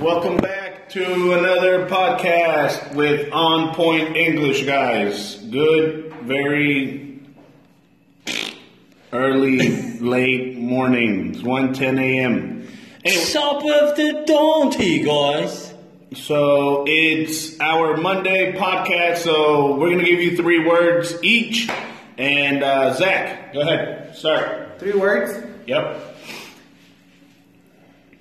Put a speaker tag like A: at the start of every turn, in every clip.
A: Welcome back to another podcast with On Point English, guys. Good, very early, late mornings, 1 a.m. Anyway,
B: Top of the Donkey, guys.
A: so it's our Monday podcast, so we're going to give you three words each. And uh, Zach, go ahead, start.
C: Three words?
A: Yep.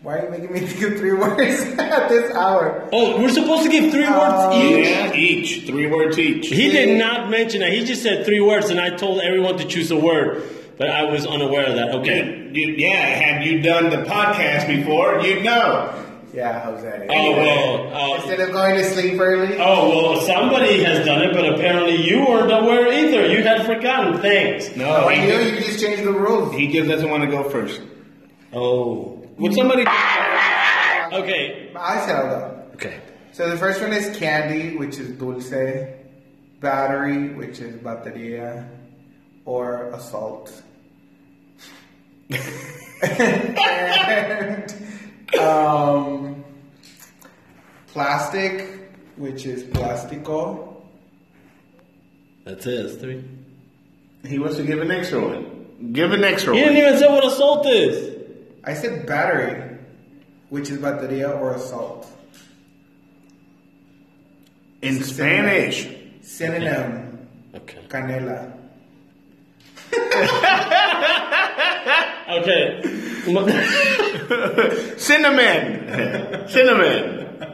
C: Why are you making me think of three words at this hour?
B: Oh, we're supposed to give three words each.
A: Yeah, each. Three words each.
B: He did not mention that. He just said three words, and I told everyone to choose a word, but I was unaware of that. Okay.
A: You- you- yeah, had you done the podcast before, you'd know.
C: Yeah, Jose.
B: Oh well. Uh,
C: Instead of going to sleep early?
B: oh well. Somebody has done it, but apparently you weren't aware either. You had forgotten. Thanks.
A: No,
C: I
A: he,
C: knew
A: just,
C: you just changed the rules.
A: he just doesn't want to go first.
B: Oh.
A: Would somebody?
B: Okay.
C: I said though.
B: Okay.
C: So the first one is candy, which is dulce, battery, which is bateria, or assault. and um, plastic, which is plastico.
B: That's it. That's three.
A: He wants to give an extra one. Give an extra
B: He didn't
A: one.
B: even say what assault is.
C: I said battery, which is bateria or assault.
A: In Spanish.
C: Synonym,
B: Okay.
C: canela.
B: Okay.
A: Cinnamon. Cinnamon.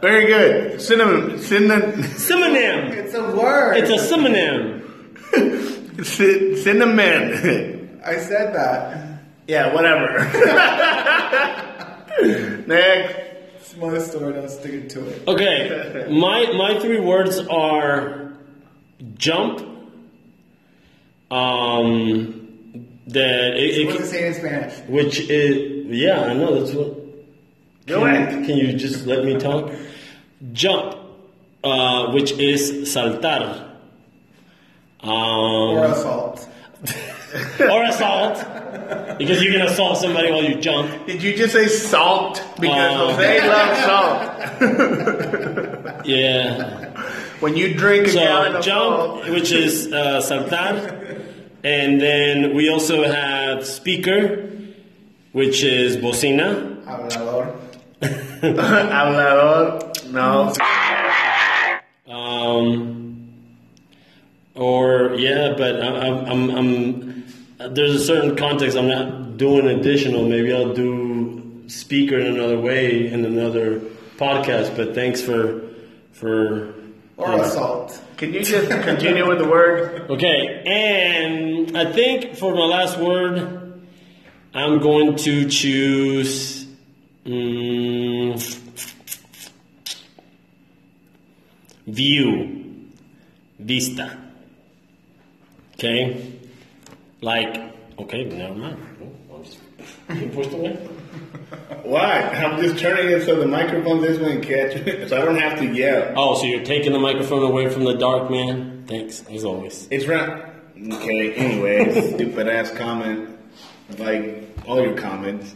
A: Very good. Cinnamon. Cinnamon.
B: Synonym.
C: It's a word.
B: It's a synonym.
A: Cin- Cinnamon.
C: I said that.
A: Yeah, whatever. Next.
C: It's my story, I'm sticking to it.
B: Okay, my my three words are jump. Um, that it,
C: What's it
B: it,
C: say in Spanish?
B: which is yeah, I know that's what.
A: Do
B: Can,
A: it.
B: can you just let me talk? Jump, uh, which is saltar.
C: Or
B: Um,
C: assault.
B: or assault, because you can assault somebody while you jump.
A: Did you just say salt? Because
B: Uh.
A: Jose loves salt.
B: Yeah.
A: When you drink a gallon
B: So
A: of
B: jump,
A: salt.
B: which is uh, saltar, and then we also have speaker, which is bocina.
C: Hablador.
A: Hablador. No.
B: Um, or yeah, but I, I'm, I'm, I'm there's a certain context. I'm not doing additional. Maybe I'll do speaker in another way in another podcast. But thanks for for
C: Or assault.
A: Can you just continue with the word?
B: Okay, and I think for my last word, I'm going to choose. mm, view. Vista. Okay? Like, okay, never mind. Oh, I'm just- you pushed away?
A: Why? I'm just turning it so the microphone this way and catch it, so I don't have to yell.
B: Oh, so you're taking the microphone away from the dark man? Thanks, as always.
A: It's round. Okay. Anyway, stupid ass comment. Like all your comments.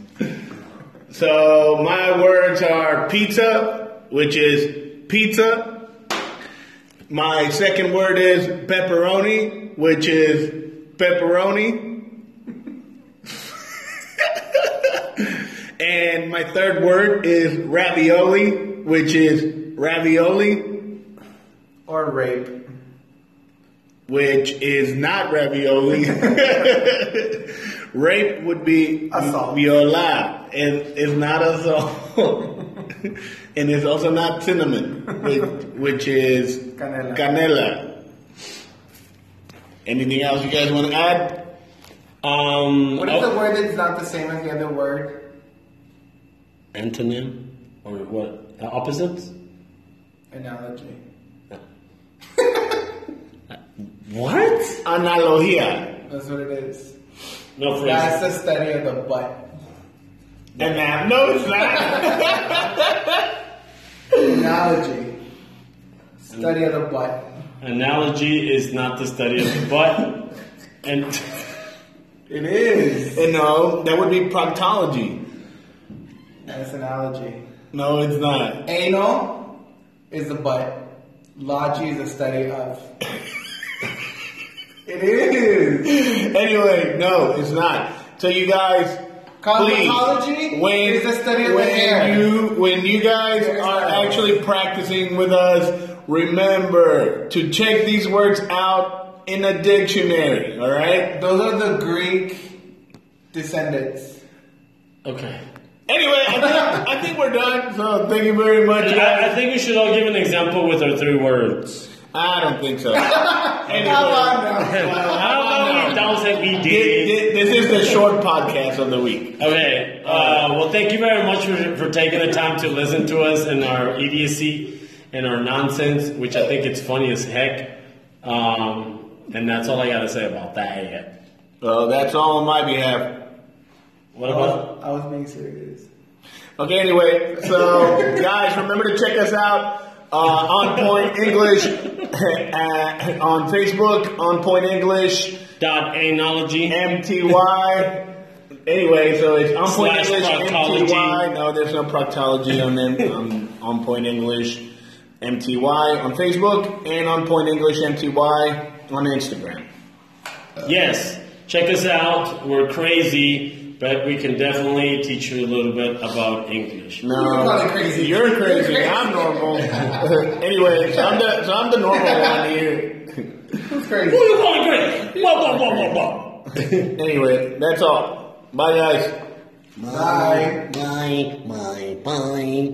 A: So my words are pizza, which is pizza. My second word is pepperoni, which is pepperoni. and my third word is ravioli, which is ravioli.
C: Or rape.
A: which is not ravioli. Rape would be
C: Assault.
A: viola, and it's not assault. and it's also not cinnamon, which, which is
C: Canela.
A: canela. Anything else you guys want to add?
B: Um,
C: What
B: oh,
C: is the word that's not the same as the other word?
B: antonym? Or what? The opposites?
C: Analogy.
B: What?
A: Analogia.
C: That's what it is.
B: No, for
C: That's
B: instance.
C: the study of the butt.
A: And that, no, it's not.
C: Analogy. Study of the butt.
B: Analogy is not the study of the butt. and
C: It is.
A: and no, that would be proctology.
C: That's analogy.
A: No, it's not.
C: Anal is the butt. Logi is the study of. it is.
A: Anyway, no, it's not. So you guys, please,
C: Cosmetology
A: when
C: is the study of the
A: when
C: hair.
A: you when you guys
C: Hair is
A: are
C: not-
A: actually practicing with us, remember to check these words out in a dictionary. All right.
C: Those are the Greek descendants.
B: Okay.
A: Anyway, I think, I think we're done. So thank you very much.
B: I, I think we should all give an example with our three words.
A: I don't think so. Anyway.
C: Come on now.
B: How about we don't say we did?
A: Thi- thi- This is the short podcast of the week.
B: Okay. Uh, well, thank you very much for, for taking the time to listen to us and our idiocy and our nonsense, which I think it's funny as heck. Um, and that's all I got to say about that. Yet.
A: So that's all on my behalf.
B: What
C: I
B: about?
C: was, I was being serious.
A: Okay, anyway, so guys, remember to check us out uh, on Point English at, on Facebook, on Point English
B: Dot anology.
A: MTY. Anyway, so it's on Point
B: Slash
A: English
B: proctology.
A: MTY. No, there's no proctology on them. Um, on Point English MTY on Facebook and on Point English MTY on Instagram.
B: Yes, check us out. We're crazy, but we can definitely teach you a little bit about English.
A: No,
C: You're probably crazy.
A: You're crazy.
C: You're crazy.
A: I'm normal. anyway, so I'm the so I'm the normal one here.
C: Who's
B: Who
C: crazy?
B: you call crazy? Whoa, whoa, whoa, whoa, whoa.
A: Anyway, that's all. Bye, guys.
C: Bye.
D: Bye. Bye. Bye.